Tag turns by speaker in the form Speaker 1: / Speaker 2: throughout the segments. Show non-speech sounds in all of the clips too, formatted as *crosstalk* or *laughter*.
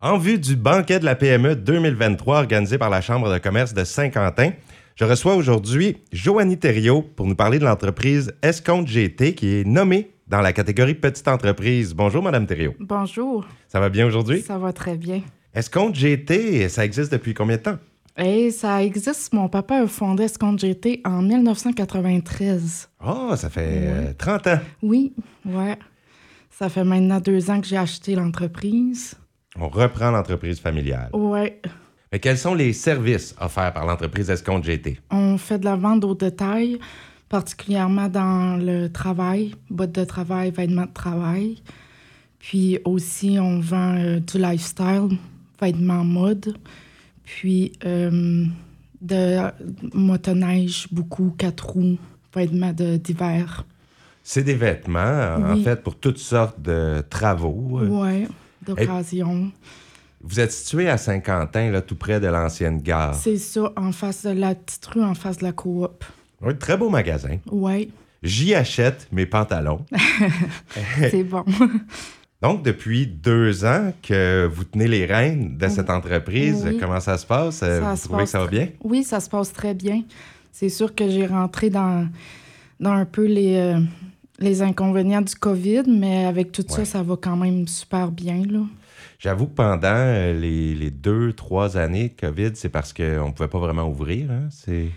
Speaker 1: En vue du banquet de la E PME 2023 organisé par la Chambre de commerce de Saint-Quentin, je reçois aujourd'hui Joanie Thériault pour nous parler de l'entreprise Escompte GT qui est nommée dans la catégorie Petite entreprise. Bonjour, Madame Thériault.
Speaker 2: Bonjour.
Speaker 1: Ça va bien aujourd'hui?
Speaker 2: Ça va très bien.
Speaker 1: Escompte GT, ça existe depuis combien de temps?
Speaker 2: Et ça existe. Mon papa a fondé Escompte GT en 1993.
Speaker 1: Ah, ça fait euh, 30 ans.
Speaker 2: Oui, ouais. Ça fait maintenant deux ans que j'ai acheté l'entreprise.
Speaker 1: On reprend l'entreprise familiale.
Speaker 2: Ouais.
Speaker 1: Mais quels sont les services offerts par l'entreprise Escompte GT?
Speaker 2: On fait de la vente au détail, particulièrement dans le travail, bottes de travail, vêtements de travail. Puis aussi, on vend euh, du lifestyle, vêtements mode, puis euh, de motoneige, beaucoup, quatre roues, vêtements de- d'hiver.
Speaker 1: C'est des vêtements, euh, en
Speaker 2: Oui.
Speaker 1: fait, pour toutes sortes de travaux. euh,
Speaker 2: Ouais, d'occasion.
Speaker 1: Vous êtes situé à Saint-Quentin, là, tout près de l'ancienne gare.
Speaker 2: C'est ça, en face de la petite rue, en face de la coop.
Speaker 1: Un très beau magasin.
Speaker 2: Ouais,
Speaker 1: J'y achète mes
Speaker 2: *laughs*
Speaker 1: pantalons.
Speaker 2: c'est bon.
Speaker 1: Donc, depuis deux ans que vous tenez les rênes de cette entreprise,
Speaker 2: Mm. Oui.
Speaker 1: comment ça se passe? Euh,
Speaker 2: Ça
Speaker 1: vous
Speaker 2: se
Speaker 1: trouvez
Speaker 2: passe
Speaker 1: que ça va
Speaker 2: très-
Speaker 1: bien?
Speaker 2: Oui, ça se passe très bien. C'est sûr que j'ai rentré dans, dans un peu les, euh, les inconvénients du COVID, mais avec tout
Speaker 1: Ouais.
Speaker 2: ça, ça va quand même super bien. Là.
Speaker 1: J'avoue que pendant euh, les, les deux, trois années de COVID, c'est parce qu'on ne pouvait pas vraiment ouvrir. hein? C'est...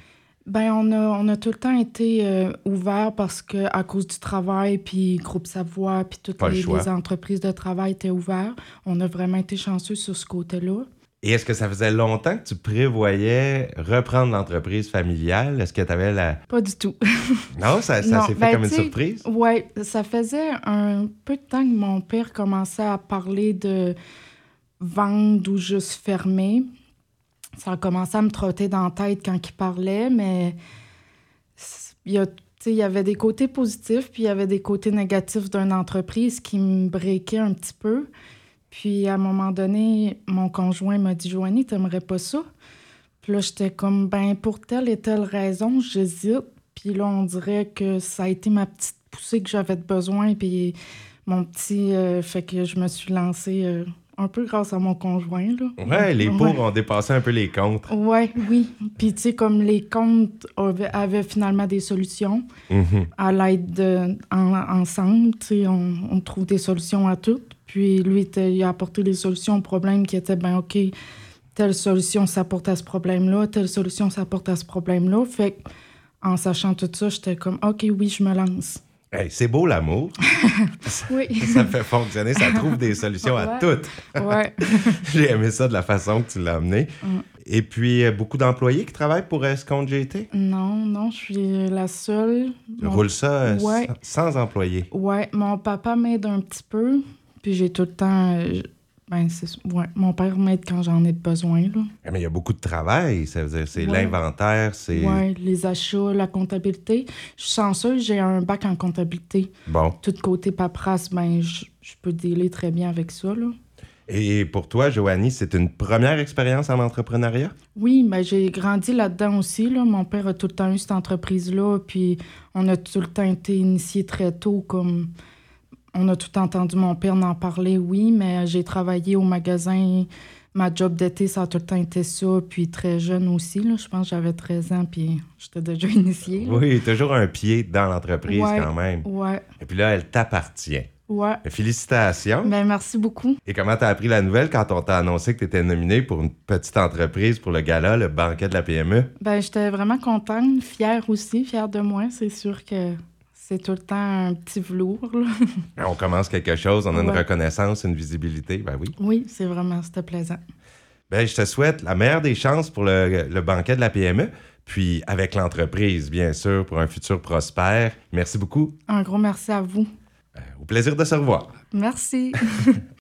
Speaker 2: Ben, on a, on a tout le temps été euh, ouvert parce que à cause du travail, puis Groupe Savoie, puis toutes
Speaker 1: Pas le
Speaker 2: les,
Speaker 1: choix.
Speaker 2: les entreprises de travail étaient ouvertes. On a vraiment été chanceux sur ce côté-là.
Speaker 1: Et est-ce que ça faisait longtemps que tu prévoyais reprendre l'entreprise familiale? Est-ce que tu avais la...
Speaker 2: Pas du tout.
Speaker 1: Non, ça, ça
Speaker 2: Non,
Speaker 1: s'est fait
Speaker 2: ben,
Speaker 1: comme une
Speaker 2: tu sais,
Speaker 1: surprise?
Speaker 2: Oui, ça faisait un peu de temps que mon père commençait à parler de vendre ou juste fermer. Ça a commencé à me trotter dans la tête quand il parlait, mais c- il y, a- tu sais, il y avait des côtés positifs, puis il y avait des côtés négatifs d'une entreprise qui me briquait un petit peu. Puis à un moment donné, mon conjoint m'a dit Joanie, t'aimerais pas ça? Puis là, j'étais comme, ben, pour telle et telle raison, j'hésite. Puis là, on dirait que ça a été ma petite poussée que j'avais de besoin. Puis mon petit. euh, fait que je me suis lancée euh, un peu grâce à mon conjoint, là.
Speaker 1: Ouais, les
Speaker 2: Ouais.
Speaker 1: pauvres ont dépassé un peu les contre.
Speaker 2: Ouais, oui. Puis tu sais, comme les comptes avaient, avaient finalement des solutions
Speaker 1: Mhm.
Speaker 2: à l'aide de. en- ensemble, tu sais, on, on trouve des solutions à tout. Puis lui, était- il a apporté des solutions au problème qui étaient, ben OK, telle solution s'apporte à ce problème-là, telle solution s'apporte à ce problème-là. Fait que, en sachant tout ça, j'étais comme OK, oui, je me lance.
Speaker 1: Hey, c'est beau l'amour.
Speaker 2: Oui.
Speaker 1: ça fait fonctionner, ça trouve des solutions à
Speaker 2: Ouais.
Speaker 1: toutes.
Speaker 2: *laughs* ouais.
Speaker 1: J'ai aimé ça de la façon que tu l'as amené.
Speaker 2: Mm.
Speaker 1: Et puis, euh, beaucoup d'employés qui travaillent pour euh, Escompte GT.
Speaker 2: Non, non, je suis la seule.
Speaker 1: Tu
Speaker 2: Mon-
Speaker 1: roules ça euh,
Speaker 2: Ouais.
Speaker 1: sans, sans employés.
Speaker 2: Ouais, mon papa m'aide un petit peu, puis j'ai tout le temps. euh, je- ben, c'est ça. Ouais, mon père m'aide quand j'en ai besoin, là.
Speaker 1: Eh, Mais il y a beaucoup de travail. Ça veut dire, c'est
Speaker 2: Ouais.
Speaker 1: l'inventaire, c'est.
Speaker 2: Ouais, les achats, la comptabilité. Je suis chanceuse, j'ai un bac en comptabilité.
Speaker 1: Bon.
Speaker 2: Tout côté paperasse, ben, je je peux dealer très bien avec ça, là.
Speaker 1: Et pour toi, Joanie, c'est une première expérience en entrepreneuriat?
Speaker 2: Oui, mais j'ai grandi là-dedans aussi. Là. Mon père a tout le temps eu cette entreprise-là, puis on a tout le temps été initiés très tôt. Comme on a tout entendu mon père en parler, oui, mais j'ai travaillé au magasin. Ma job d'été, ça a tout le temps été ça. Puis très jeune aussi, là. je pense que j'avais 13 ans, puis j'étais déjà *laughs* initiée. là.
Speaker 1: Oui, toujours un pied dans l'entreprise
Speaker 2: Ouais.
Speaker 1: quand même.
Speaker 2: Ouais,
Speaker 1: Et puis là, elle t'appartient.
Speaker 2: ouais.
Speaker 1: Félicitations.
Speaker 2: Ben, merci beaucoup.
Speaker 1: Et comment t'as appris la nouvelle quand on t'a annoncé que t'étais nominé pour une petite entreprise pour le gala, le banquet de la E? PME?
Speaker 2: Ben, j'étais vraiment contente, fière aussi, fière de moi. C'est sûr que c'est tout le temps un petit velours. là. *laughs*
Speaker 1: Ben, On commence quelque chose, on a une
Speaker 2: Ouais.
Speaker 1: reconnaissance, une visibilité, ben oui.
Speaker 2: Oui, c'est vraiment, c'était plaisant.
Speaker 1: Ben, je te souhaite la meilleure des chances pour le, le banquet de la PME, puis avec l'entreprise, bien sûr, pour un futur prospère. Merci beaucoup.
Speaker 2: Un gros merci à vous.
Speaker 1: Euh, Au plaisir de se revoir.
Speaker 2: Merci.